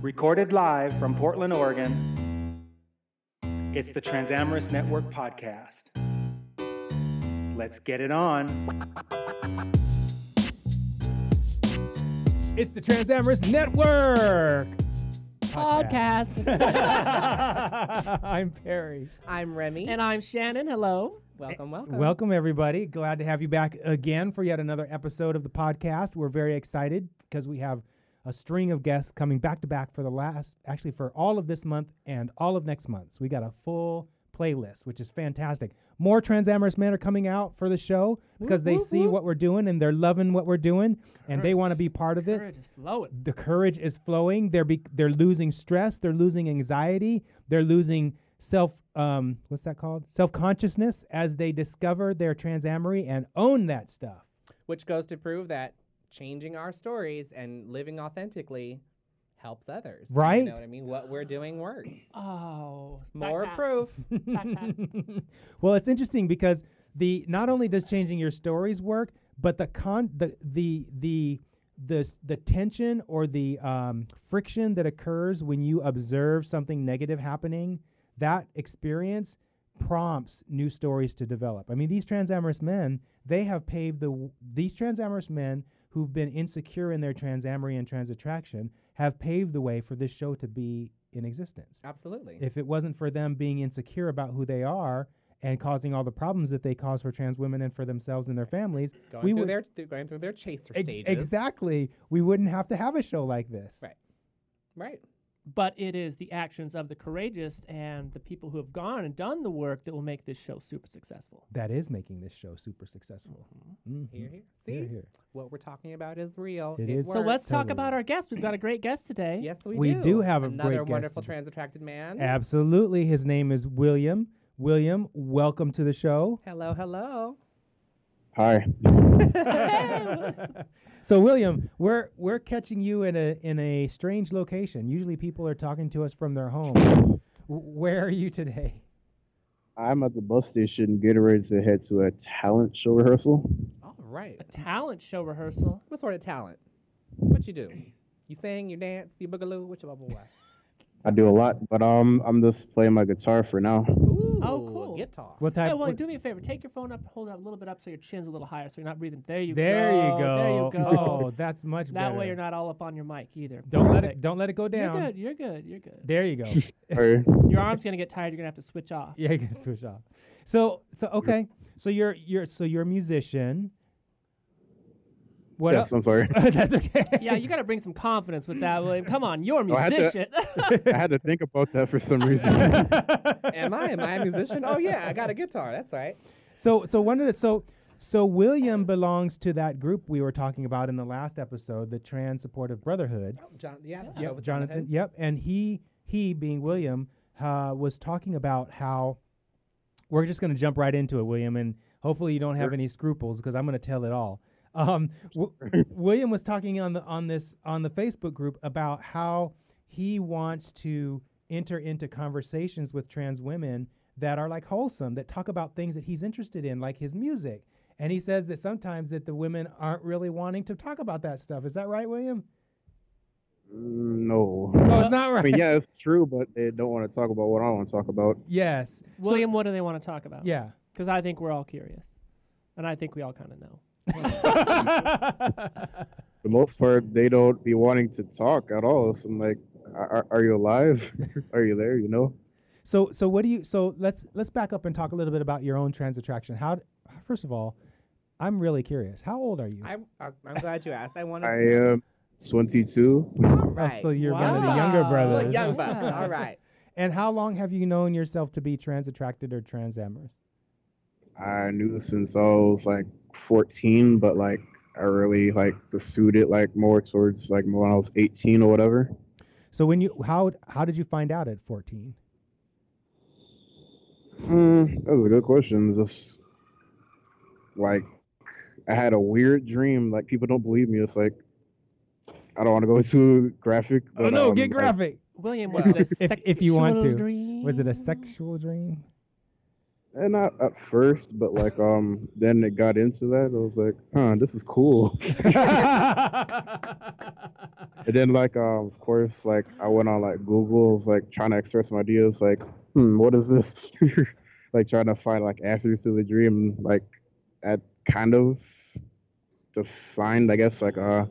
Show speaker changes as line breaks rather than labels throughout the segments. Recorded live from Portland, Oregon, it's the Transamorous Network Podcast. Let's get it on.
It's the Transamorous Network
podcast.
I'm Perry.
I'm Remy.
and I'm Shannon. Hello.
welcome, welcome.
Welcome, everybody. Glad to have you back again for yet another episode of the podcast. We're very excited because we have a string of guests coming back to back for the last, actually, for all of this month and all of next month. So we got a full playlist, which is fantastic. More Transamorous men are coming out for the show because they
whoop,
see
whoop.
what we're doing and they're loving what we're doing and they want to be part of it.
Courage is flowing.
the courage is flowing. They're be, they're losing stress. They're losing anxiety. They're losing self um what's that called self consciousness as they discover their transamory and own that stuff.
Which goes to prove that changing our stories and living authentically helps others. You
Right.
know what I mean? What we're doing works.
Oh,
More
backpack.
proof.
well, it's interesting because the not only does changing your stories work, but the con the the the the, s- the tension or the um, friction that occurs when you observe something negative happening, that experience prompts new stories to develop. I mean, these transamorous men, they have paved the w- these transamorous men who've been insecure in their transamory and transattraction have paved the way for this show to be in existence
Absolutely.
if it wasn't for them being insecure about who they are and causing all the problems that they cause for trans women and for themselves and their families,
going
we
through
would
their through, going through their chaser
ex-
stages.
exactly we wouldn't have to have a show like this.
Right. Right.
But it is the actions of the courageous and the people who have gone and done the work that will make this show super successful.
That is making this show super successful. Mhm.
Here, Mm-hmm. here. See,
Here, here.
what we're talking about is real.
It
It,
is.
works.
So let's talk
Totally.
about our guest. We've got a great guest today.
Yes, we,
We
do.
do have a
another
great guest
wonderful
today.
trans attracted man.
Absolutely. His name is William. William, welcome to the show.
hello, hello.
Hi.
So William, we're we're catching you in a in a strange location. Usually people are talking to us from their home. W- Where are you today?
I'm at the bus station getting ready to head to a talent show rehearsal.
All right.
Talent show rehearsal.
What sort of talent? What you do? You sing, you dance, you boogaloo, what you blah blah blah.
I do a lot, but um, I'm just playing my guitar for now.
Ooh,
Oh,
cool.
Guitar.
What type
Hey, Oh, well,
what-
do me a favor. Take your phone up, hold it up a little bit up so your chin's a little higher so you're not breathing. There you
There
go.
you go.
There you
Oh,
go.
that's much better.
that way you're not all up on your mic either.
Don't let it
Perfect.
don't let it go down.
You're good. You're good. You're good.
There you go.
Sorry.
Your arm's going to get tired. You're going to have to switch off.
yeah, you can switch off. So so okay. So you're you're so you're a musician. What
yes,
el-
I'm sorry.
That's okay.
Yeah, you got to bring some confidence with that, William. Come on, you're a
Oh, I had to-
musician.
I had to think about that for some reason. Mm,
Am I? Am I a musician? Oh yeah, I got a guitar. That's right.
So so one of the so so William belongs to that group we were talking about in the last episode, the Trans Supportive Brotherhood.
Oh, John, yeah, the show
Yep,
with
Jonathan. Yep, and he he being William uh, was talking about how we're just going to jump right into it, William, and hopefully you don't have any scruples because I'm going to tell it all. Um, w- William was talking on the on this on the Facebook group about how he wants to enter into conversations with trans women that are like wholesome that talk about things that he's interested in, like his music. And he says that sometimes that the women aren't really wanting to talk about that stuff. Is that right, William?
no.
Oh, it's not
I
right.
mean, yeah, it's true, but they don't want to talk about what I want to talk about.
Yes. So-
William, what do they want to talk about?
yeah.
Because I think we're all curious. And I think we all kind of know.
For the most part, they don't be wanting to talk at all. So I'm like, are, are you alive? are you there? You know?
So so what do you so let's let's back up and talk a little bit about your own trans attraction. How d- first of all, I'm really curious. How old are you?
I, I, I'm glad you asked. I wanted
I
to.
am 22.
All
Oh,
right.
so you're one of the younger
Wow.
Well,
brothers.
young buck.
Yeah.
All right.
And how long have you known yourself to be trans attracted or trans amorous?
I knew since I was like 14, but like I really like pursued it like more towards like when I was 18 or whatever.
So when you how how did you find out at 14?
Mm, that was a good question. Just like I had a weird dream. Like people don't believe me. It's like I don't want to go too graphic.
oh
but,
no,
um,
get
I-
graphic.
William, was it a
If-
sexual
if you want to.
dream?
Was it a sexual dream?
and eh, not at first, but like um, then it got into that. I was like, huh, this is cool. And then like um, of course, like I went on like Google, was like trying to express my ideas, like, hmm, what is this? like trying to find like answers to the dream, like at kind of to find, I guess, like uh,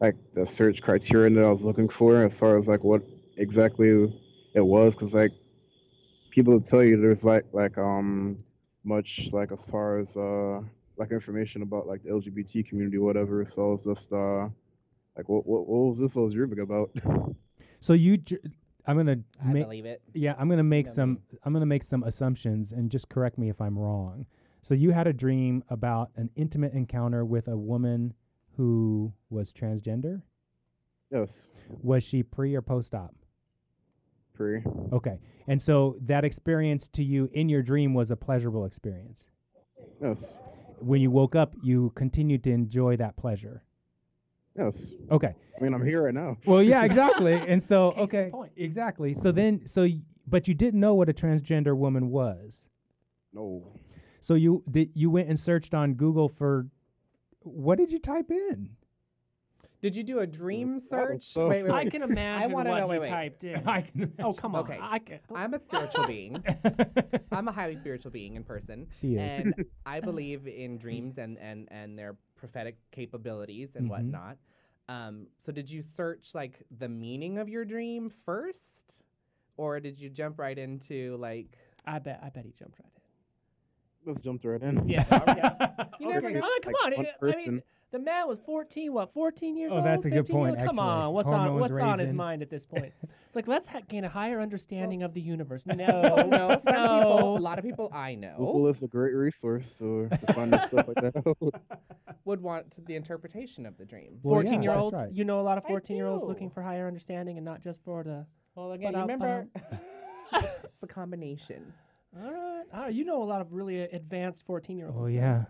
like the search criterion that I was looking for as far as like what exactly it was, because like people will tell you there's like like um much like as far as uh like information about like the LGBT community, whatever. So it's just uh. Like, what, what, what was this I was dreaming about?
so you, dr- I'm gonna,
I
ma-
believe it.
yeah, I'm gonna make
Don't
some, I'm gonna make some assumptions and just correct me if I'm wrong. So you had a dream about an intimate encounter with a woman who was transgender.
Yes,
Was she pre or post op?
pre.
Okay, and so that experience to you in your dream was a pleasurable experience.
Yes,
When you woke up, you continued to enjoy that pleasure.
yes.
Okay.
I mean, I'm here right now.
Well, yeah, exactly. And so,
Case in
okay,
point.
exactly. So then, so y- but you didn't know what a transgender woman was.
No.
So you did you went and searched on Google for what did you type in?
Did you do a dream
Probably
search?
so.
Wait, wait,
I
wait.
can imagine what
wanna know-
he
wait, wait.
typed in.
can.
oh come on!
Okay.
I can.
I'm a spiritual being. I'm a highly spiritual being in person.
She is.
And I believe in dreams and, and, and their prophetic capabilities and
Mhm.
whatnot. Um, so did you search like the meaning of your dream first? Or did you jump right into like
I bet. I bet he jumped right in.
Just jumped right in.
Yeah.
Oh,
You never
Okay.
know. come
Like
on.
one
it- I mean,
person.
the man was 14. What? 14 years
Oh,
old.
that's a good
15 year old?
point,
Come on.
actually.
What's on?
Hormones
What's on his
raging.
mind at this point? It's like let's ha- gain a higher understanding
Well,
of the universe. No.
Oh no, some people a
no.
lot of people I
Google
know
is a great resource to, to find this stuff like that.
would want the interpretation of the dream.
Well, yeah,
14 year
that's
olds,
right.
you know a lot of
I
14 year olds looking
do.
for higher understanding and not just for the.
Well again,
Ba-dum,
remember it's a combination.
All right. All right. You know a lot of really advanced 14 year olds.
oh yeah.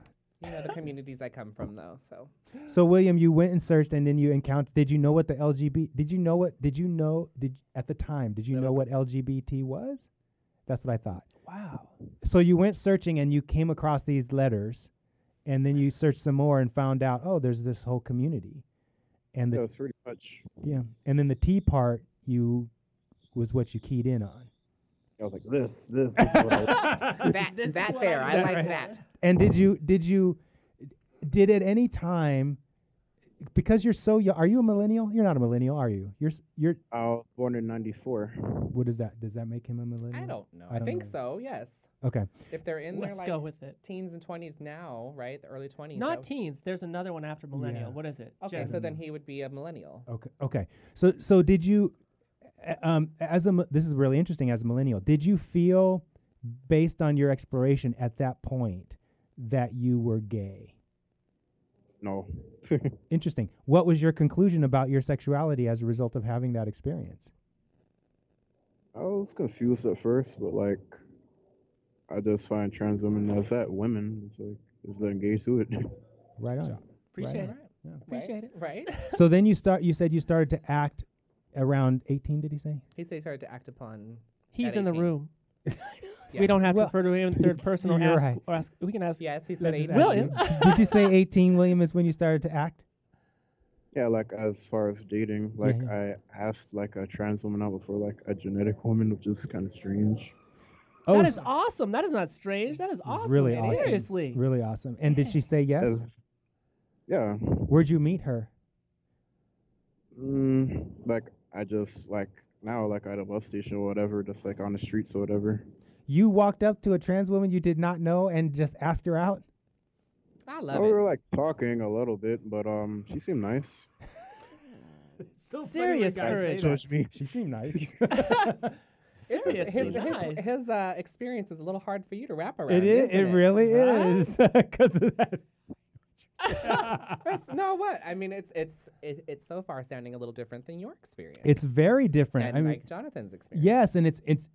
You know the communities I come from though, so
So William, you went and searched, and then you encountered. Did you know what the LGBT? Did you know what? Did you know? Did at the time? Did you know what LGBT was? That's what I thought.
Wow.
So you went searching, and you came across these letters, and then you searched some more and found out. Oh, there's this whole community, and the
That's pretty much.
Yeah. And then the T part you was what you keyed in on.
I was like, this, this, this is what I want.
that
This is
that
what
there,
I'm
I
doing.
like that.
And did you did you did at any time because you're so young, are you a millennial? You're not a millennial, are you? You're s- you're
I was born in 94.
what is that? Does that make him a millennial?
I don't know.
I
I,
don't
think
know.
so, yes.
Okay.
If they're in
Let's
their
go
like
with it.
teens and twenties now, right? The early twenties.
Not teens. There's another one after millennial.
Yeah.
What is it?
Okay,
Jen?
so then he would be a millennial.
Okay. Okay. So so did you uh, um as a mi- this is really interesting as a millennial. Did you feel based on your exploration at that point that you were gay?
No.
Interesting. What was your conclusion about your sexuality as a result of having that experience?
I was confused at first, but like, I just find trans women as that women. It's like, just let engage to it.
Right on. Right.
appreciate it.
Yeah.
Right?
Appreciate it.
Right?
so then you start. You said you started to act around eighteen. Did he say?
he said he started to act upon.
He's
At
in the
18.
room. We
Yes.
don't have
Well,
to refer to him in third person or
you're
ask,
right.
or ask. We can ask.
Yes, he said
Let's
eight.
just
Well,
ask you. Did you say eighteen, William, is when you started to act?
Yeah, like as far as dating, like I asked like a trans woman out before, like a genetic woman, which is kind of strange.
Oh,
that is
s-
awesome. That is not strange. That is awesome.
really awesome.
Seriously.
really awesome. And did she say yes?
As- yeah,
Where'd you meet her?
mm, like I just like now like at a bus station or whatever, just like on the streets or whatever.
You walked up to a trans woman you did not know and just asked her out.
I
I
love
we
it.
Oh,
were like talking a little bit, but um, she seemed nice.
Serious
guys say
courage.
that.
me.
She seemed nice.
It's just-
Seriously.
his,
nice.
his, his, uh, experience is a little hard for you to wrap around.
it is.
isn't
It really
Right?
is because of that.
That's- no, what I mean, it's it's it, it's so far sounding a little different than your experience.
It's very
and
different. I mean,
like Jonathan's experience.
Yes, and it's it's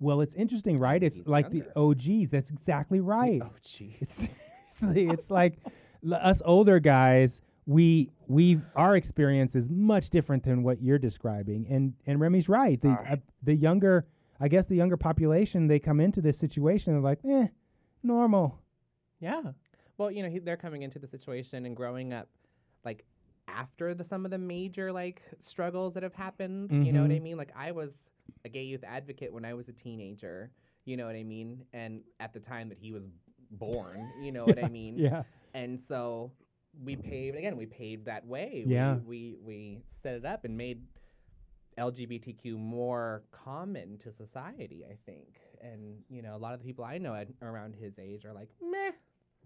well, it's interesting, right? It's
he's
like the OGs. That's exactly right.
Oh, gee.
It's seriously, it's like l- us older guys. We we our experience is much different than what you're describing, and and Remy's right. The uh, the younger, I guess, the younger population they come into this situation they're like, eh, normal.
Yeah.
Well, you know, he, they're coming into the situation and growing up, like after the some of the major like struggles that have happened. You know what I
Mm-hmm.
mean? Like I was a gay youth advocate when I was a teenager. You know what I mean? And at the time that he was born, you know what I mean?
Yeah.
And so we paved again. We paved that way.
Yeah.
We we, we set it up and made LGBTQ more common to society. I think. And you know, a lot of the people I know at, around his age are like, meh.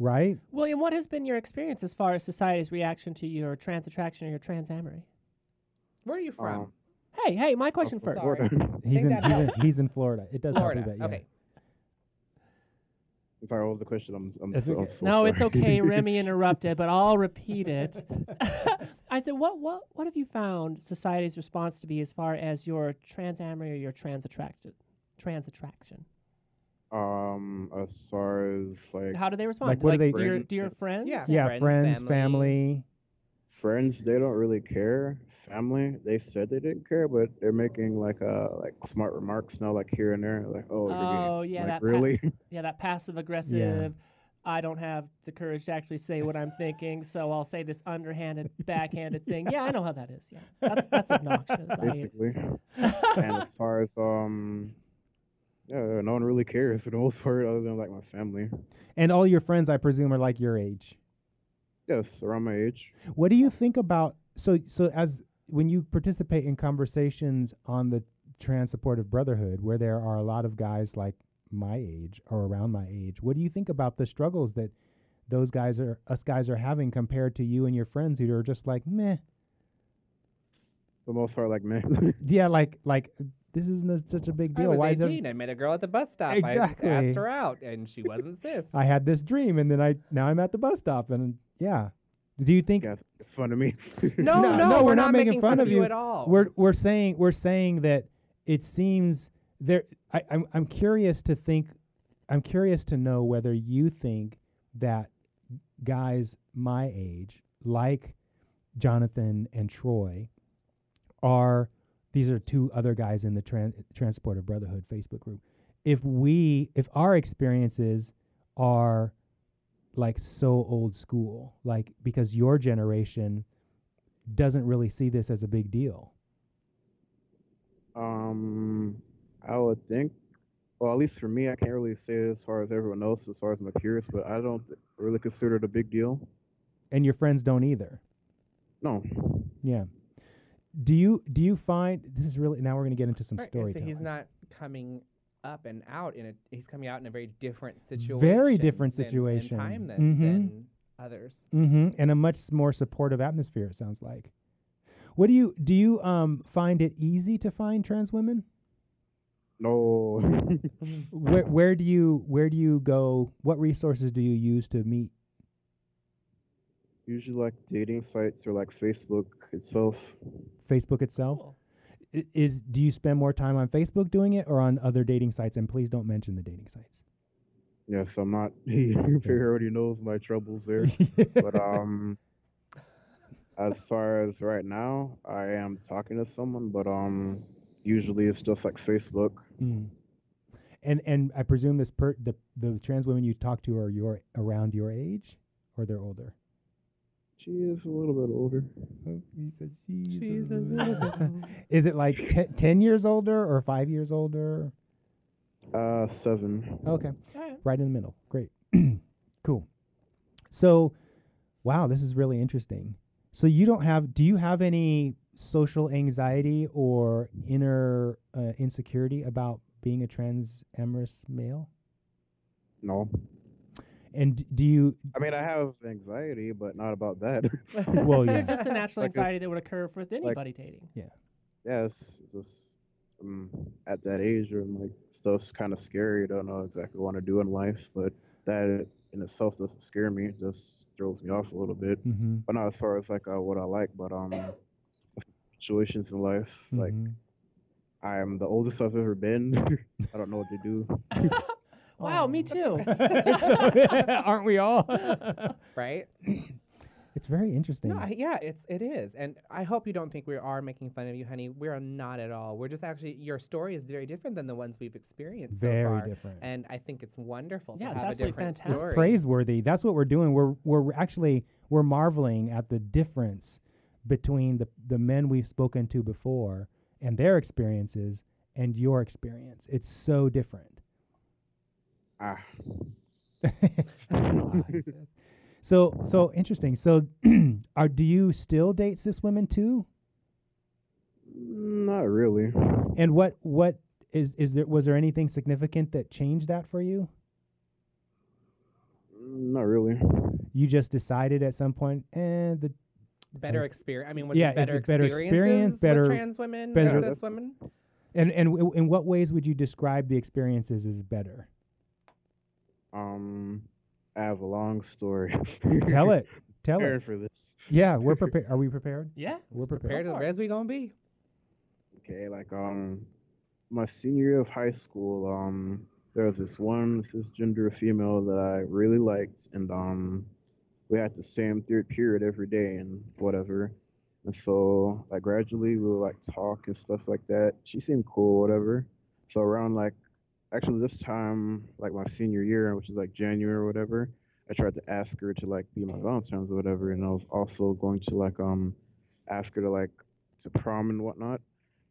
Right?
William, what has been your experience as far as society's reaction to your trans attraction or your trans amory?
Where are you from?
Um,
Hey, hey, my question
Of
first.
Sorry.
course.
He's in,
that
he's, in,
helps.
he's in Florida. It does
Florida.
help a bit. Yeah.
Okay.
I'm sorry, what was the question? I'm, I'm,
It's
so, I'm
okay.
so
No, it's
sorry.
okay. Remy interrupted, but I'll repeat it. I said, what, what, what have you found society's response to be as far as your trans amory or your trans attracted, trans attraction?
um, as far as like
How do they respond?
Like, what do they-
do? Your, do your friends?
Friends.
Yeah.
Yeah, friends, family.
friends, they don't really care. Family, they said they didn't care, but they're making like uh like smart remarks now, like here and there, like oh, you're gay."
Oh, yeah,
like,
that pa-
really.
Yeah, that passive aggressive. I don't have the courage to actually say what I'm thinking, so I'll say this underhanded, backhanded thing. Yeah, I know how that is. Yeah, that's that's obnoxious. I,
basically. and as far as um, yeah, no one really cares for the most part, other than like my family.
And all your friends, I presume, are like your age.
Yes, around my age.
What do you think about so so as when you participate in conversations on the trans supportive brotherhood where there are a lot of guys like my age or around my age, what do you think about the struggles that those guys are us guys are having compared to you and your friends who are just like meh
For the most part, like man.
yeah like like this isn't a- such a big
I
deal
was
why is
18.
it
I met a girl at the bus stop.
Exactly.
I asked her out, and she wasn't cis.
I had this dream and then I now I'm at the bus stop and yeah do you think
yeah, it's fun to me.
no,
No,
no,
no,
we're, not making, fun, of you at all.
we're we're saying we're saying that it seems there I, I'm I'm curious to think I'm curious to know whether you think that guys my age, like Jonathan and Troy, are these are two other guys in the Tran- Transporter Brotherhood Facebook group. If we if our experiences are like so old school, like because your generation doesn't really see this as a big deal.
Um, I would think, well, at least for me, I can't really say as far as everyone else, as far as my peers, but I don't th- really consider it a big deal.
and your friends don't either.
No.
Yeah. Do you do you find this is really now we're going to get into some
Right, and so
storytelling.
he's not coming up and out in a. He's coming out in a very different situation.
different
than- and
situation.
time than,
Mhm.
than others.
Mm-hmm. And a much more supportive atmosphere. It sounds like. What do you do? You um find it easy to find trans women?
No.
Mm-hmm. Where where do you where do you go? What resources do you use to meet?
Usually, like dating sites or like Facebook itself.
Facebook itself
Cool.
I- is. Do you spend more time on Facebook doing it or on other dating sites? And please don't mention the dating sites.
Yes, I'm not. He already knows my troubles there. but um as far as right now i am talking to someone but um usually it's just like facebook
Mm. And and I presume this per the the trans women you talk to are your around your age or they're older.
she is a little bit older
Is it like te- ten years older or five years older?
uh seven
Okay,
All right.
right in the middle. Great, cool. So, wow, this is really interesting. So you don't have? Do you have any social anxiety or inner uh, insecurity about being a trans amorous male?
no
And d- do you?
i mean i have anxiety but not about that
Well, yeah.
There's just a natural
Like it's-
anxiety that would occur with
like-
anybody dating.
yes it's just um, at that age where i'm like stuff's kind of scary don't know exactly what i want to do in life but that in itself doesn't scare me it just throws me off a little bit
Mm-hmm.
but not as far as like uh, what I like, but um, situations in life.
mm-hmm,
Like I am the oldest I've ever been. I don't know what to do.
Wow, me too.
So, aren't we all?
Right?
It's very interesting.
No, I- yeah, it's it is, and I hope you don't think we are making fun of you, honey. We are not at all. We're just actually your story is very different than the ones we've experienced. so
Very
far,
different.
and I think it's wonderful
Yeah,
to
it's
have a
absolutely
different
fantastic.
it's
story.
praiseworthy. That's what we're doing. We're we're actually we're marveling at the difference between the the men we've spoken to before and their experiences and your experience. It's so different.
Ah,
so so interesting. So are do you still date cis women too?
not really.
And what what is is there was there anything significant that changed that for you?
Not really.
You just decided at some point, eh, the
Better experience. I mean, was
Yeah,
it
is
better
it better experience,
experiences
better-
with trans women,
better-
cis women?
and and w- in what ways would you describe the experiences as better?
Um, I have a long story.
Tell it. Tell it.
Prepared for this.
Yeah, we're prepared. Are we prepared?
Yeah.
We're prepared.
Prepared
for it.
as we gonna be.
Okay, like um, my senior year of high school, um, there was this one cisgender female that I really liked, and um, we had the same third period every day and whatever. And so, like, gradually we would like talk and stuff like that. She seemed cool, whatever. So around like, actually this time, like my senior year, which is like January or whatever, I tried to ask her to like be my Valentine's or whatever, and I was also going to like um, ask her to like to prom and whatnot.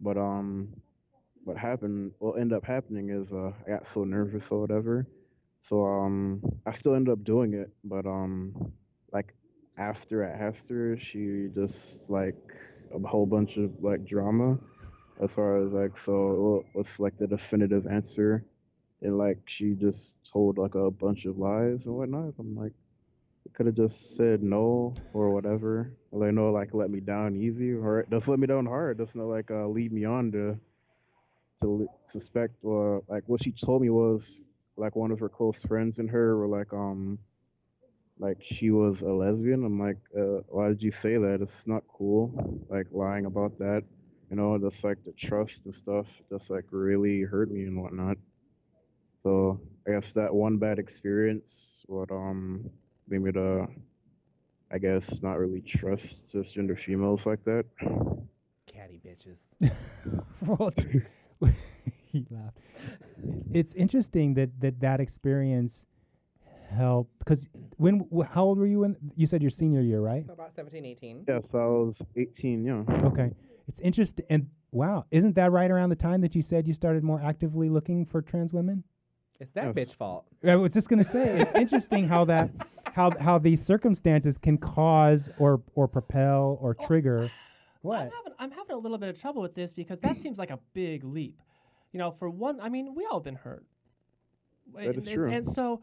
But um, what happened, what ended up happening is uh, I got so nervous or whatever. So um, I still ended up doing it, but um, like after I asked her, she just like a whole bunch of like drama. As far as like, so what- what's like the definitive answer? And like she just told like a bunch of lies and whatnot. I'm like, could have just said no or whatever. Or, Like no, like let me down easy or just let me down hard. Just not like uh, lead me on to to l- suspect or like what she told me was like one of her close friends and her were like um like she was a lesbian. I'm like, uh, why did you say that? It's not cool. Like lying about that, you know. That's like the trust and stuff. That's like really hurt me and whatnot. So I guess that one bad experience. What um made me to, I guess, not really trust cisgender females like that.
Catty bitches.
Well, it's- he laughed. It's interesting that that, that experience helped because when wh- how old were you when you said your senior year, right?
So about 17, 18.
Yeah, so I was 18, yeah.
Okay, it's interesting and wow, isn't that right around the time that you said you started more actively looking for trans women?
It's that
Yes.
bitch fault.
I was just gonna say it's interesting how that how how these circumstances can cause or or propel or trigger.
Oh. I'm
What?
having, I'm having a little bit of trouble with this because that seems like a big leap. You know, for one, I mean, we all been hurt. That
is true.
And so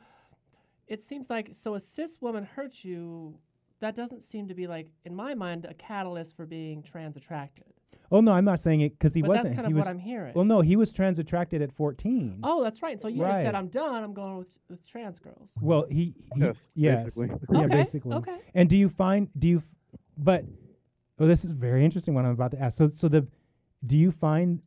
it seems like, so a cis woman hurts you, that doesn't seem to be like, in my mind, a catalyst for being trans attracted.
Oh no, I'm not saying it because he
but
wasn't.
that's kind
he
of
was,
what I'm hearing.
Well, no, he was trans attracted at 14.
oh, that's right. So you just
Right.
said, I'm done. I'm going with, with trans girls.
Well, he, he
Yes,
yes,
basically.
yeah,
Okay,
basically.
okay.
And do you find do you, f- but, well, this is very interesting. What I'm about to ask. So, so the, do you find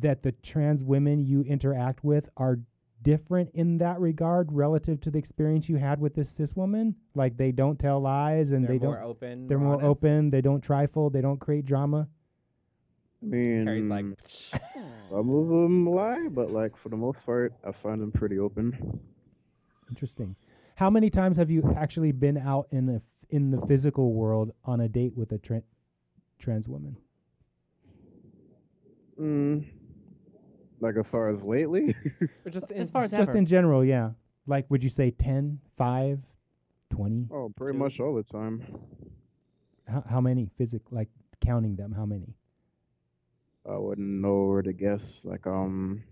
that the trans women you interact with are different in that regard relative to the experience you had with this cis woman? Like they don't tell lies and
They're
they
more
don't.
open.
They're more
honest.
open. They don't trifle. They don't create drama.
I mean,
Harry's like,
some of them lie, but like for the most part, I find them pretty open.
Interesting. How many times have you actually been out in the f- in the physical world on a date with a tran trans woman?
Mm, like as far as lately,
Or just
As
in-
far as
Just
ever.
in general, yeah. Like, would you say 10, 5, 20?
oh, pretty
Dude.
much all the time.
How, how many physic, like counting them, how many?
I wouldn't know where to guess. Like, um,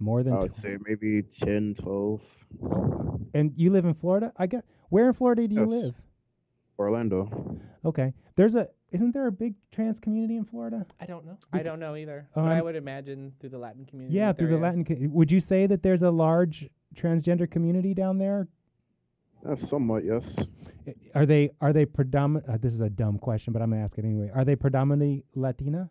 More than
I
20?
would say maybe 10, 12.
And you live in Florida? I guess. Where in Florida do you
Yes.
live?
Orlando.
Okay. There's a, isn't there a big trans community in Florida?
I don't know.
I don't know either.
Oh,
but I
I'm-
would imagine through the Latin community.
Yeah,
that
through the
there
Latin. Co-
is.
would you say that there's a large transgender community down there?
That's somewhat, yes.
I- Are they, are they predominant? Uh, this is a dumb question, but I'm going to ask it anyway. Are they predominantly Latina?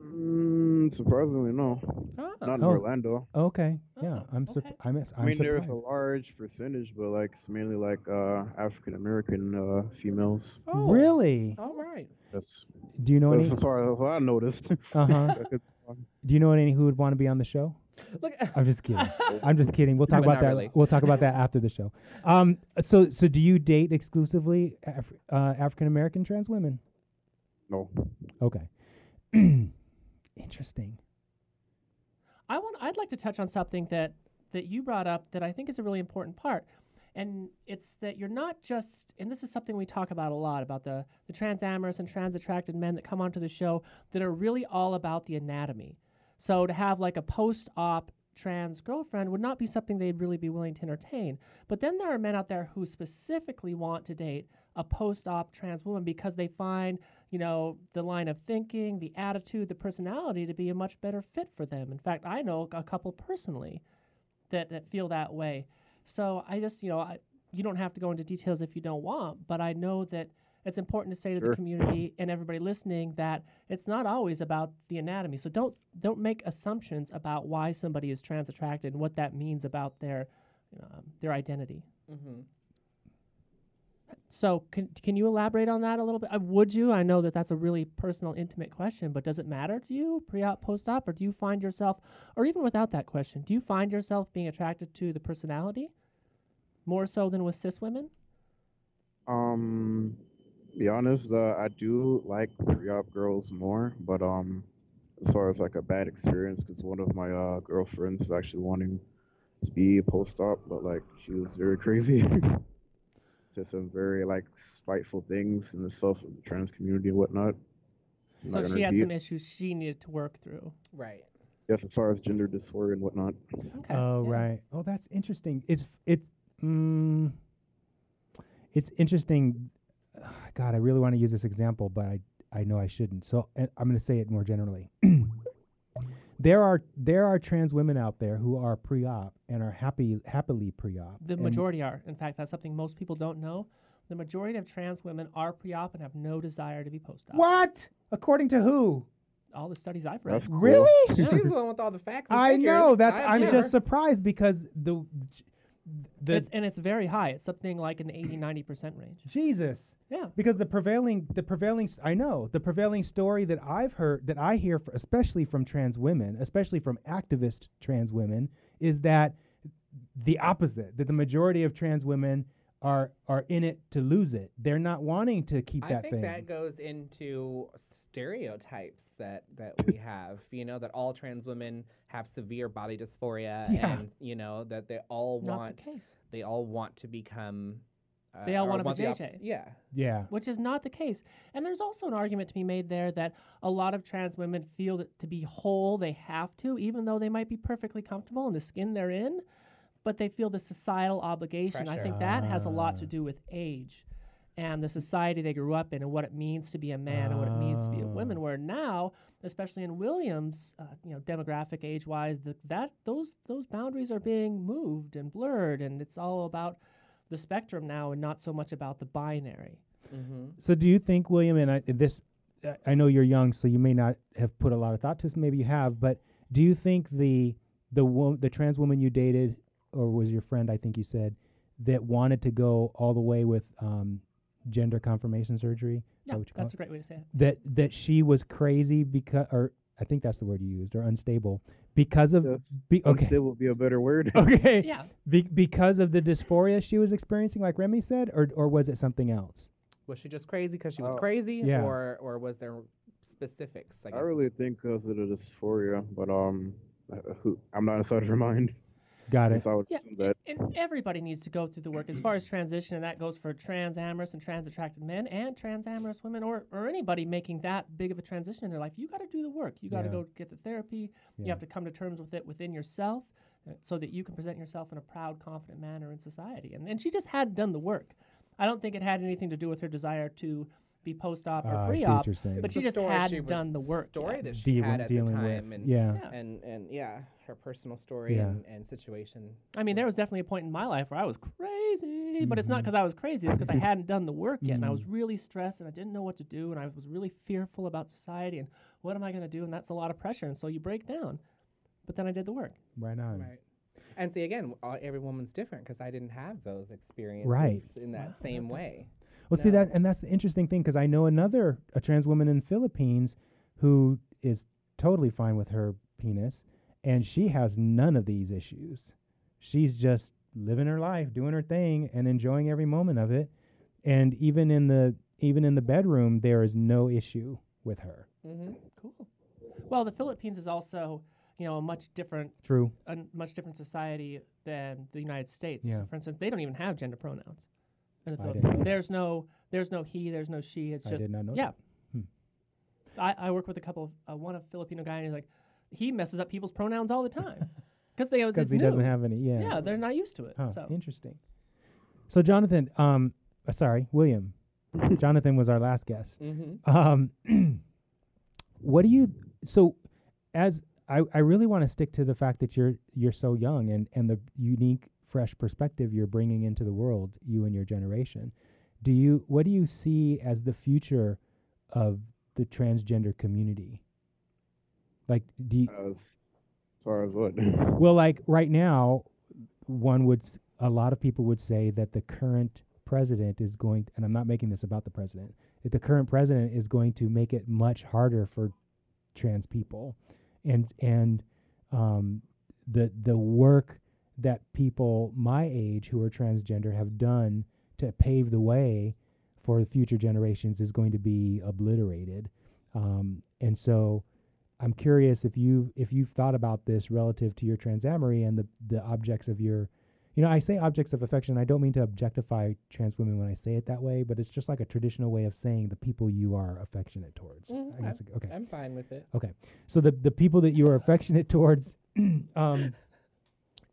Mm, surprisingly, no.
Oh.
Not in
Oh.
Orlando.
Okay. Yeah.
Oh,
I'm. Sur-
okay.
I'm. s-
i
I'm
mean,
surprised.
there's a large percentage, but like it's mainly like uh, African American uh, females.
Oh.
Really?
All right.
That's,
Do you know any?
that's as far as I noticed.
Uh huh.
I could-
Do you know any who would want to be on the show?
Look.
I'm just kidding. I'm just kidding. We'll talk
But
about that.
not really.
We'll talk about that after the show. Um. So so do you date exclusively Af- uh, African American trans women?
no.
Okay. Interesting.
I want. I'd like to touch on something that that you brought up that I think is a really important part, and it's that you're not just. And this is something we talk about a lot about the the trans amorous and trans attracted men that come onto the show that are really all about the anatomy. So to have like a post op trans girlfriend would not be something they'd really be willing to entertain. But then there are men out there who specifically want to date a post op trans woman because they find, you know, the line of thinking, the attitude, the personality to be a much better fit for them. In fact, I know a couple personally that, that feel that way. So I just, you know, I, you don't have to go into details if you don't want, but I know that it's important to say to the
Sure.
community and everybody listening that it's not always about the anatomy. So don't don't make assumptions about why somebody is trans attracted and what that means about their um, their identity.
hmm
So can can you elaborate on that a little bit? Uh, would you? I know that that's a really personal, intimate question, but does it matter to you, pre-op, post-op, or do you find yourself, or even without that question, do you find yourself being attracted to the personality more so than with cis women?
Um, be honest, uh, I do like pre-op girls more, but um, as far as like a bad experience, because one of my uh, girlfriends is actually wanting to be post-op, but like she was very crazy. to some very like spiteful things in the self trans community and whatnot. I'm not
So
gonna
she had
repeat.
some issues she needed to work through.
Right.
Yes, as far as gender dysphoria and whatnot.
Okay.
Oh
yeah.
right. Oh, that's interesting. It's it's mm, it's interesting. God, I really want to use this example, but I I know I shouldn't. So uh, I'm going to say it more generally. there are there are trans women out there who are pre-op and are happy happily pre-op.
The
and-
majority are. In fact, that's something most people don't know. The majority of trans women are pre-op and have no desire to be post-op.
What? According to who?
All the studies I've read.
That's cool.
Really?
She's the one with all the facts. And
I know.
figures.
That's
I've
I'm
never-
just surprised because the the
it's, and it's very high. It's something like in the 80, 90% range.
Jesus.
Yeah.
because the prevailing the prevailing s- I know the prevailing story that I've heard that I hear fr- especially from trans women, especially from activist trans women is that the opposite that the majority of trans women are are in it to lose it. They're not wanting to keep
I
that
think
thing.
that goes into stereotypes that that we have. You know that all trans women have severe body dysphoria,
Yeah.
and you know that they all
Not
want
the case.
they all want to become. Uh,
They all
or
wanna be
want the op-
JJ.
yeah.
yeah.
Which is not the case. And there's also an argument to be made there that a lot of trans women feel that to be whole, they have to, even though they might be perfectly comfortable in the skin they're in, but they feel the societal obligation. I
Pressure.
think that has a lot
Ah.
to do with age and the society they grew up in and what it means to be a man and what it means to be a woman. Where now, especially in Williams, uh, you know, demographic age wise, that, that those those boundaries are being moved and blurred, and it's all about the spectrum now and not so much about the binary.
Mm-hmm.
So do you think William and I this I- I know you're young so you may not have put a lot of thought to this maybe you have but do you think the the wo- the trans woman you dated or was your friend I think you said that wanted to go all the way with um, gender confirmation surgery Is that
Yeah,
what you call
that's
it?
a great way to say it.
that that she was crazy because or I think that's the word you used or unstable because of
Yeah.
be, okay Oh,
Unstable would be a better word.
okay
Yeah,
be, because of the dysphoria she was experiencing like Remy said or or was it something else
Was she just crazy because she was
Oh.
crazy,
Yeah.
or or was there specifics? I,
I
guess is-
really think because of the dysphoria, but um, uh, who, I'm not inside of your mind.
got it
So I would
yeah.
assume that.
And everybody needs to go through the work as far as transition, and that goes for trans amorous and trans attracted men and trans amorous women or, or anybody making that big of a transition in their life. You got to do the work. You got to
Yeah.
go get the therapy. You
Yeah.
have to come to terms with it within yourself uh, so that you can present yourself in a proud, confident manner in society. And, and she just hadn't done the work. I don't think it had anything to do with her desire to be post op or
Ah, I
pre
see what
op.
you're saying
but
it's
she
the
just
story
hadn't
she was-
done the work
Story
yet.
that she
Deal-
had at the
dealing
time,
with
and
yeah
Yeah.
and and yeah, her personal story
Yeah.
and, and situation.
I mean, there was definitely a point in my life where I was crazy, but it's not
Mm-hmm.
because I was crazy. It's because I hadn't done the work yet, and I
Mm.
was really stressed, and I didn't know what to do, and I was really fearful about society and what am I going to do? And that's a lot of pressure, and so you break down. But then I did the work.
Right on.
Right. And see, again, all, every woman's different because I didn't have those experiences in that same way.
Well, see
No.
that, and that's the interesting thing because I know another a trans woman in Philippines who is totally fine with her penis, and she has none of these issues. She's just living her life, doing her thing, and enjoying every moment of it. And even in the even in the bedroom, there is no issue with her.
hmm
Cool. Well, the Philippines is also, you know, a much different,
True.
a much different society than the United States.
Yeah.
For instance, they don't even have gender pronouns. In the
I didn't
Philippines,
know.
there's no, there's no he, there's no she. It's
I
just
did not know.
Yeah.
that. Hmm.
I, I work with a couple, of, uh, one a Filipino guy, and he's like, he messes up people's pronouns all the time because they because
because he doesn't have any. Yeah.
Yeah, they're not used to it.
Huh,
So
Interesting. So Jonathan, um, uh, sorry, William. Jonathan was our last guest.
hmm
Um, what do you? So, as I, I really want to stick to the fact that you're you're so young and and the unique fresh perspective you're bringing into the world, you and your generation. Do you? What do you see as the future of the transgender community? Like, do you,
As far as what?
well, like right now, one would s- a lot of people would say that the current president is going, and I'm not making this about the president. That the current president is going to make it much harder for trans people, and and um, the the work that people my age who are transgender have done to pave the way for the future generations is going to be obliterated. Um, and so I'm curious if you if you've thought about this relative to your transamory and the the objects of your you know, I say objects of affection. I don't mean to objectify trans women when I say it that way, but it's just like a traditional way of saying the people you are affectionate towards.
Mm,
I guess, okay.
I'm fine with it.
So the the people that you are affectionate towards, um,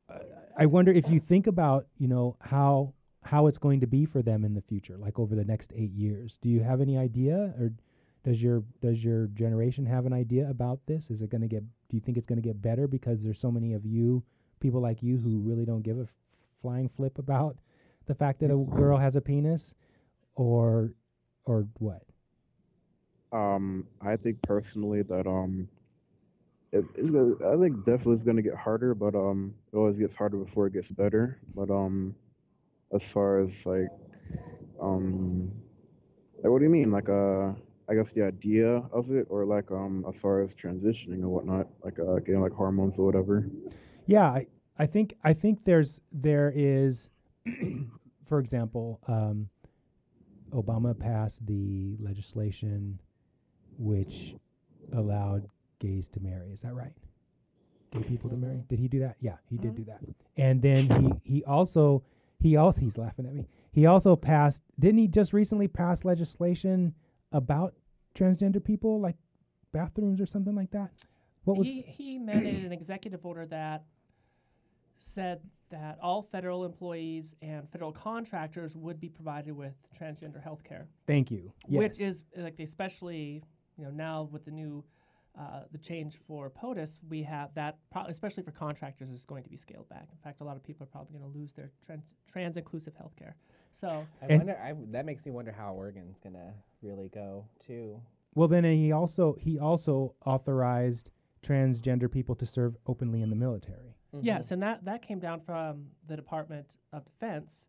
I- I wonder if you think about you know how how it's going to be for them in the future, like over the next eight years. Do you have any idea, or does your does your generation have an idea about this? Is it going to get? Do you think it's going to get better because there's so many of you people like you who really don't give a f- flying flip about the fact that a girl has a penis, or or what?
Um, I think personally that um, it, it's gonna, I think definitely it's gonna get harder, but um, it always gets harder before it gets better. But um, as far as like um, like what do you mean? Like uh, I guess the idea of it, or like um, as far as transitioning and whatnot, like uh, getting like hormones or whatever.
Yeah, I, I think I think there's there is, for example, um, Obama passed the legislation which allowed gays to marry. Is that right? Gay people to marry. Did he do that? Yeah, he
Mm-hmm.
did do that. And then he he also he also he's laughing at me. He also passed. Didn't he just recently pass legislation about transgender people, like bathrooms or something like that? What was?
he he mandated an executive order that said that all federal employees and federal contractors would be provided with transgender health care,
thank you.
which
Yes.
is uh, like especially you know now with the new. Uh, the change for POTUS, we have that, pro- especially for contractors, is going to be scaled back. In fact, a lot of people are probably going to lose their trans, trans inclusive health care. So,
I
And-
wonder. I, that makes me wonder how Oregon's gonna really go too.
Well, then and he also he also authorized transgender people to serve openly in the military.
Yes, and that, that came down from the Department of Defense,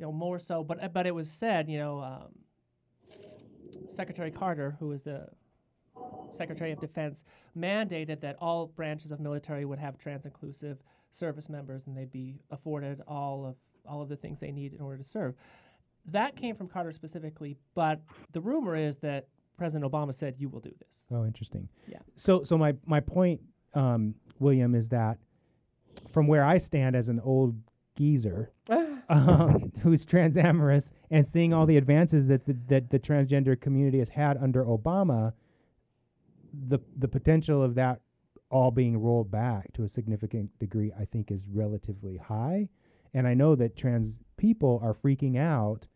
you know, more so. But uh, but it was said, you know, um, Secretary Carter, who was the Secretary of Defense, mandated that all branches of military would have trans-inclusive service members, and they'd be afforded all of all of the things they need in order to serve. That came from Carter specifically, but the rumor is that President Obama said, "You will do this."
Oh, interesting.
Yeah.
So so my my point, um, William, is that from where I stand as an old geezer um, who's transamorous and seeing all the advances that the, that the transgender community has had under Obama, the the potential of that all being rolled back to a significant degree, I think, is relatively high. And I know that trans people are freaking out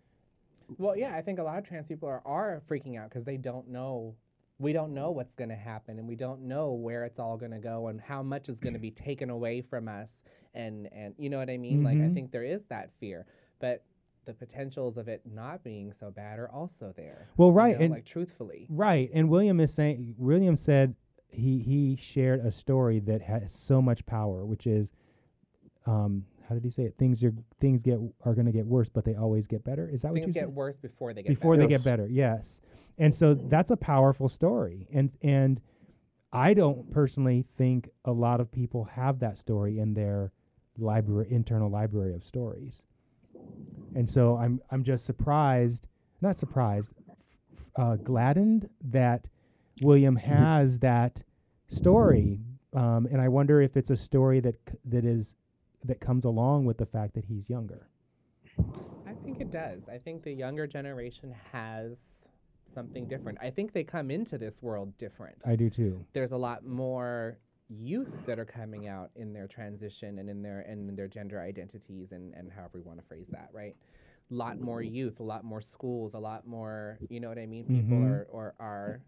Well, yeah, I think a lot of trans people are, are freaking out because they don't know we don't know what's going to happen and we don't know where it's all going to go and how much is going to be taken away from us and and you know what i mean like i
Mhm.
think there is that fear but the potentials of it not being so bad are also there
Well,
you
right,
know,
and-
like truthfully
Right. And William is saying William said he he shared a story that has so much power, which is um how did he say it? Things are things get are going to get worse, but they always get better. Is that what you
things
said?
get worse before they get
before
better.
they get
Yes.
better. Yes. And so that's a powerful story. And and I don't personally think a lot of people have that story in their library internal library of stories. And so I'm I'm just surprised, not surprised, f- uh, gladdened that William has that story. Um, and I wonder if it's a story that c- that is that comes along with the fact that he's younger.
I think it does. I think the younger generation has something different. I think they come into this world different.
I do too.
There's a lot more youth that are coming out in their transition and in their and in their gender identities and and however we want to phrase that, right? A lot more youth, a lot more schools, a lot more, you know what I mean? People
Mhm.
are or are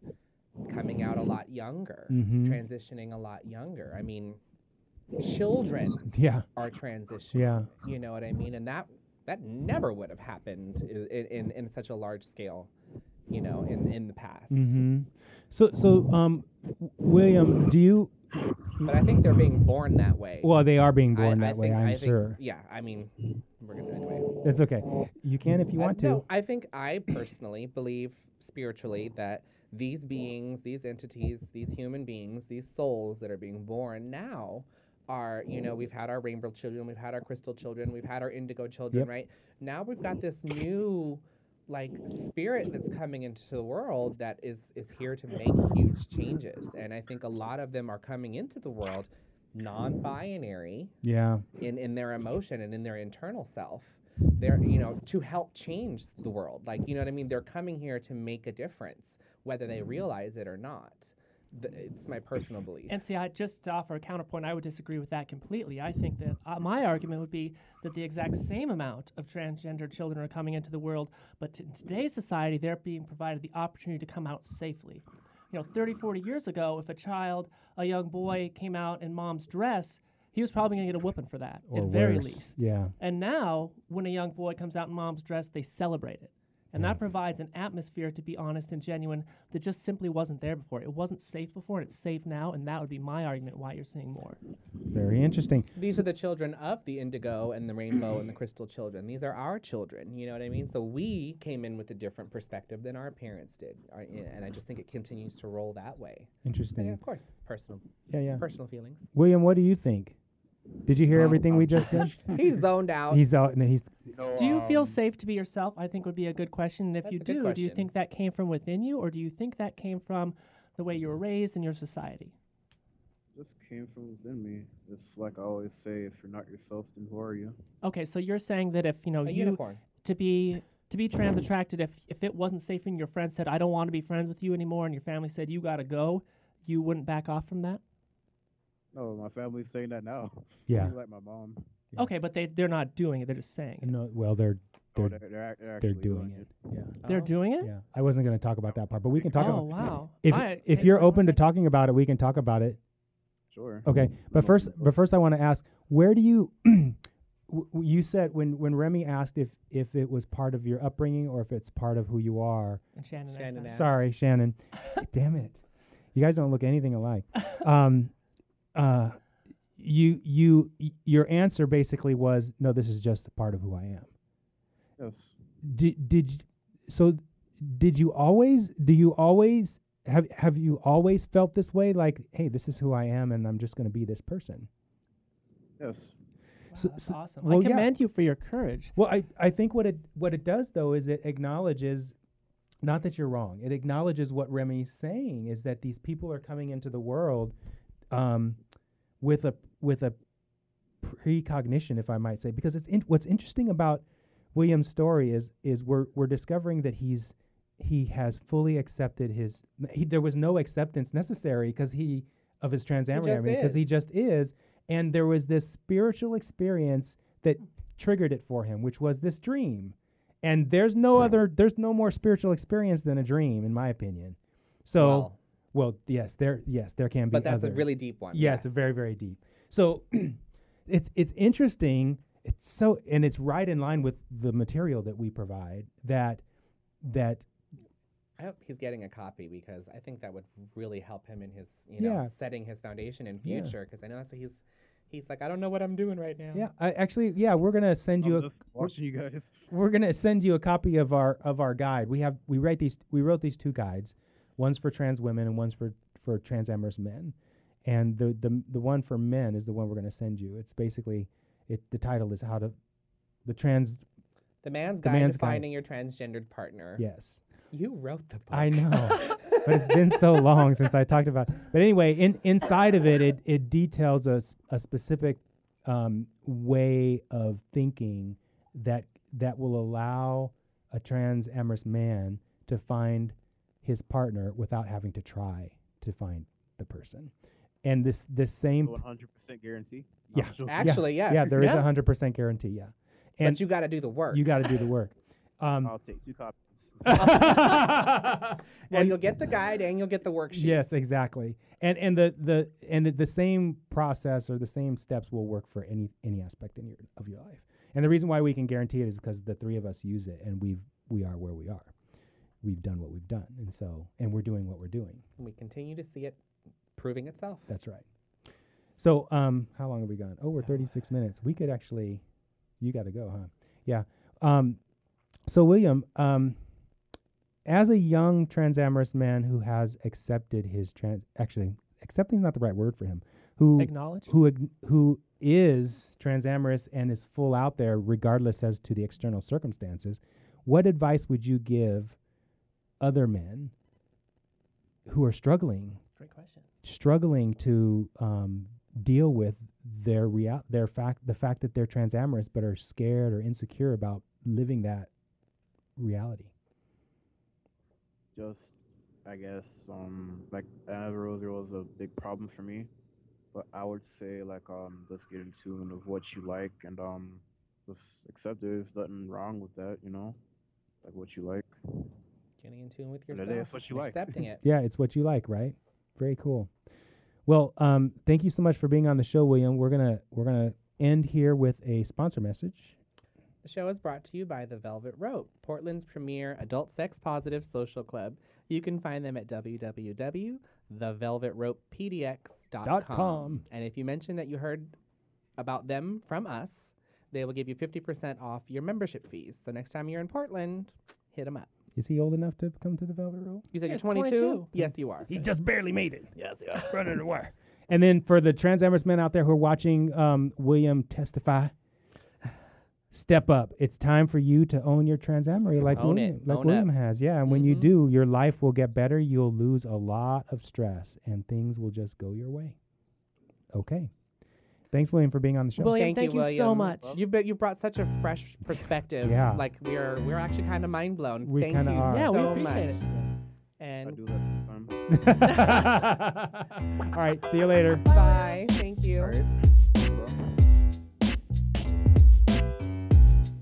coming out a lot younger,
Mhm.
transitioning a lot younger. I mean, children
Yeah.
are transitioning.
Yeah.
You know what I mean? And that that never would have happened i- i- in in such a large scale, you know, in in the past.
Mm-hmm. So, so um, w- William, do you?
But I think they're being born that way.
Well, they are being
I-
born
I
that way.
think-
I'm
I think-
sure.
Yeah, I mean, we're gonna anyway.
It's okay. You can if you
Uh,
want to.
No, I think I personally believe spiritually that these beings, these entities, these human beings, these souls that are being born now are, you know, we've had our rainbow children, we've had our crystal children, we've had our indigo children,
Yep.
right? Now we've got this new like spirit that's coming into the world that is is here to make huge changes. And I think a lot of them are coming into the world non-binary,
Yeah.
in in their
Mm-hmm.
emotion and in their internal self they're you know to help change the world like you know what i mean they're coming here to make a difference whether
Mm-hmm.
they realize it or not Th- it's my personal belief
And see, I just to offer a counterpoint, I would disagree with that completely. I think that uh, my argument would be that the exact same amount of transgender children are coming into the world, but t- in today's society, they're being provided the opportunity to come out safely. You know, 30, 40 years ago, if a child, a young boy came out in mom's dress, he was probably going to get a whooping for that,
Or
at very
worse.
least.
Yeah.
And now, when a young boy comes out in mom's dress, they celebrate it. And that provides an atmosphere to be honest and genuine that just simply wasn't there before. It wasn't safe before, and it's safe now. And that would be my argument why you're seeing more.
Very interesting.
these are the children of the indigo and the rainbow and the crystal children these are our children you know what i mean so we came in with a different perspective than our parents did Our- and i just think it continues to roll that way and
Interesting.
of course it's personal
Yeah, yeah.
personal feelings
William, what do you think? Did you hear everything we just said?
he's zoned out
He's out. No, he's.
do you feel safe to be yourself? I think would be a good question. And if
um, That's
you
a good
do, do you
question.
think that came from within you, or do you think that came from the way you were raised and your society?
This came from within me. It's like I always say: if you're not yourself, then who are you?
Okay, so you're saying that if you know
a
you
unicorn
to be to be trans attracted if if it wasn't safe and your friend said I don't want to be friends with you anymore and your family said you got to go, you wouldn't back off from that?
No, Oh, my family's saying that now.
Yeah.
like my mom.
Yeah.
Okay, but they they're not doing it, they're just saying it.
No. Well, they're
Oh,
they're
they're, they're, act- they're
they're
actually
doing it. Yeah.
They're
Oh.
doing it?
Yeah. I wasn't going to talk about that part, but we can talk
oh,
about.
wow.
If
I-
if
it's-
you're open to talking about it, we can talk about it.
Sure.
Okay, but
Mhm.
first, but first, I want to ask, where do you? w- w- you said when when Remy asked if if it was part of your upbringing or if it's part of who you are.
And Shannon,
Shannon
Shannon
asked.
Sorry, Shannon. Damn it, you guys don't look anything alike. Um, uh, you you y- your answer basically was no. This is just a part of who I am.
Yes.
Did did y- so? Did you always? Do you always have have you always felt this way? Like, hey, this is who I am, and I'm just going to be this person.
Yes.
So-
that's
so-
awesome.
well,
I
yeah.
commend you for your courage.
Well, I, I think what it what it does though is it acknowledges not that you're wrong. It acknowledges what Remy's saying is that these people are coming into the world um, with a with a precognition, if I might say, because it's in, what's interesting about William's story is is we're we're discovering that he's he has fully accepted his he, there was no acceptance necessary because he of his transamarinary
just
because he
is.
just is and there was this spiritual experience that triggered it for him which was this dream
Hmm.
and there's no other there's no more spiritual experience than a dream in my opinion so
Well,
Well, yes, there yes, there can be
But that's a
other-
really deep one.
Yes, very very deep. So it's it's interesting. It's so and it's right in line with the material that we provide that that
I hope he's getting a copy because I think that would really help him in his, you know,
Yeah.
setting his foundation in
Yeah.
future. Because I know so he's, he's like, I don't know what I'm doing right now.
yeah, I actually yeah, we're going to send you a
watching you guys.
we're gonna send you a copy of our of our guide. We have we write these we wrote these two guides, one's for trans women and one's for for trans amorous men, and the the the one for men is the one we're gonna send you. It's basically it the title is how to the trans
The man's
The
guide
man's
to
guide.
finding your transgendered partner.
yes
You wrote the book.
I know. but it's been so long since I talked about. But anyway, in inside of it, it it details a, s- a specific um, way of thinking that that will allow a trans amorous man to find his partner without having to try to find the person. And this this same
100% guarantee.
Yeah.
Actually, yes.
yeah there is
Yeah.
a hundred percent guarantee yeah and-
but you got to do the work.
you got to do the work. Um,
I'll take two copies.
well,
and-
you'll get the guide and you'll get the worksheet.
Yes, exactly. And and the the and the same process or the same steps will work for any any aspect in your of your life. And the reason why we can guarantee it is because the three of us use it, and we've we are where we are. We've done what we've done, and so and we're doing what we're doing.
And we continue to see it proving itself.
That's right. So um, how long have we gone? Oh, we're thirty six minutes. We could actually, you got to go, huh? Yeah. Um, so William, um, as a young transamorous man who has accepted his trans, actually accepting is not the right word for him, who
Acknowledge.
who ag- who is transamorous and is full out there regardless as to the external circumstances what advice would you give other men who are struggling
Great question.
struggling to um, deal with their real their fact the fact that they're transamorous but are scared or insecure about living that reality
just I guess um like another rosary was a big problem for me. But I would say like um just get in tune of what you like and um just accept there's nothing wrong with that, you know? Like what you like.
Getting in tune with
And
yourself.
that is what you
and
like.
Accepting it.
yeah it's what you like right very cool well um, thank you so much for being on the show william we're gonna we're gonna end here with a sponsor message
The show is brought to you by The Velvet Rope, Portland's premier adult sex positive social club. You can find them at
Dot
www.thevelvetropepdx.com.
com.
And if you mention that you heard about them from us, they will give you 50% off your membership fees. So next time you're in Portland, hit them up.
is he old enough to come to the velvet rope
You said
Yeah,
you're 22?
22.
Yes, you are.
just barely made it yes running the wire and then for the transamorous men out there who are watching um, william testify step up it's time for you to own your transamory like
Own
william,
it.
like
Own
william
up.
has yeah and when you
Mhm.
do your life will get better you'll lose a lot of stress and things will just go your way okay thanks william for being on the show
William, thank you so
William.
much.
You've been, you brought such a fresh perspective.
Yeah.
Like we are we're actually kind of mind blown.
We
thank
kinda
you
are.
Yeah, we
so
appreciate
much.
it.
I
And
do that sometimes.
all right see you later
bye. Thank you.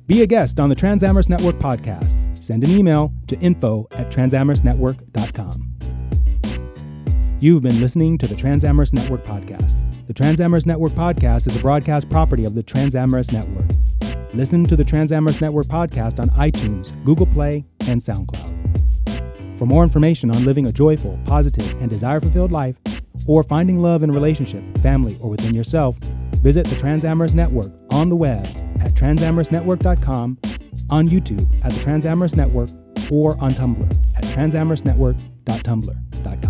Be a guest on the Transamorous Network podcast. Send an email to info at transamorousnetwork.com. You've been listening to the Transamorous Network podcast. The Transamorous Network podcast is a broadcast property of the Transamorous Network. Listen to the Transamorous Network podcast on iTunes, Google Play, and SoundCloud. For more information on living a joyful, positive, and desire fulfilled life, or finding love in relationship, family, or within yourself, visit the Transamorous Network on the web at transamorousnetwork.com, on YouTube at the Transamorous Network, or on Tumblr at transamorousnetwork.tumblr.com.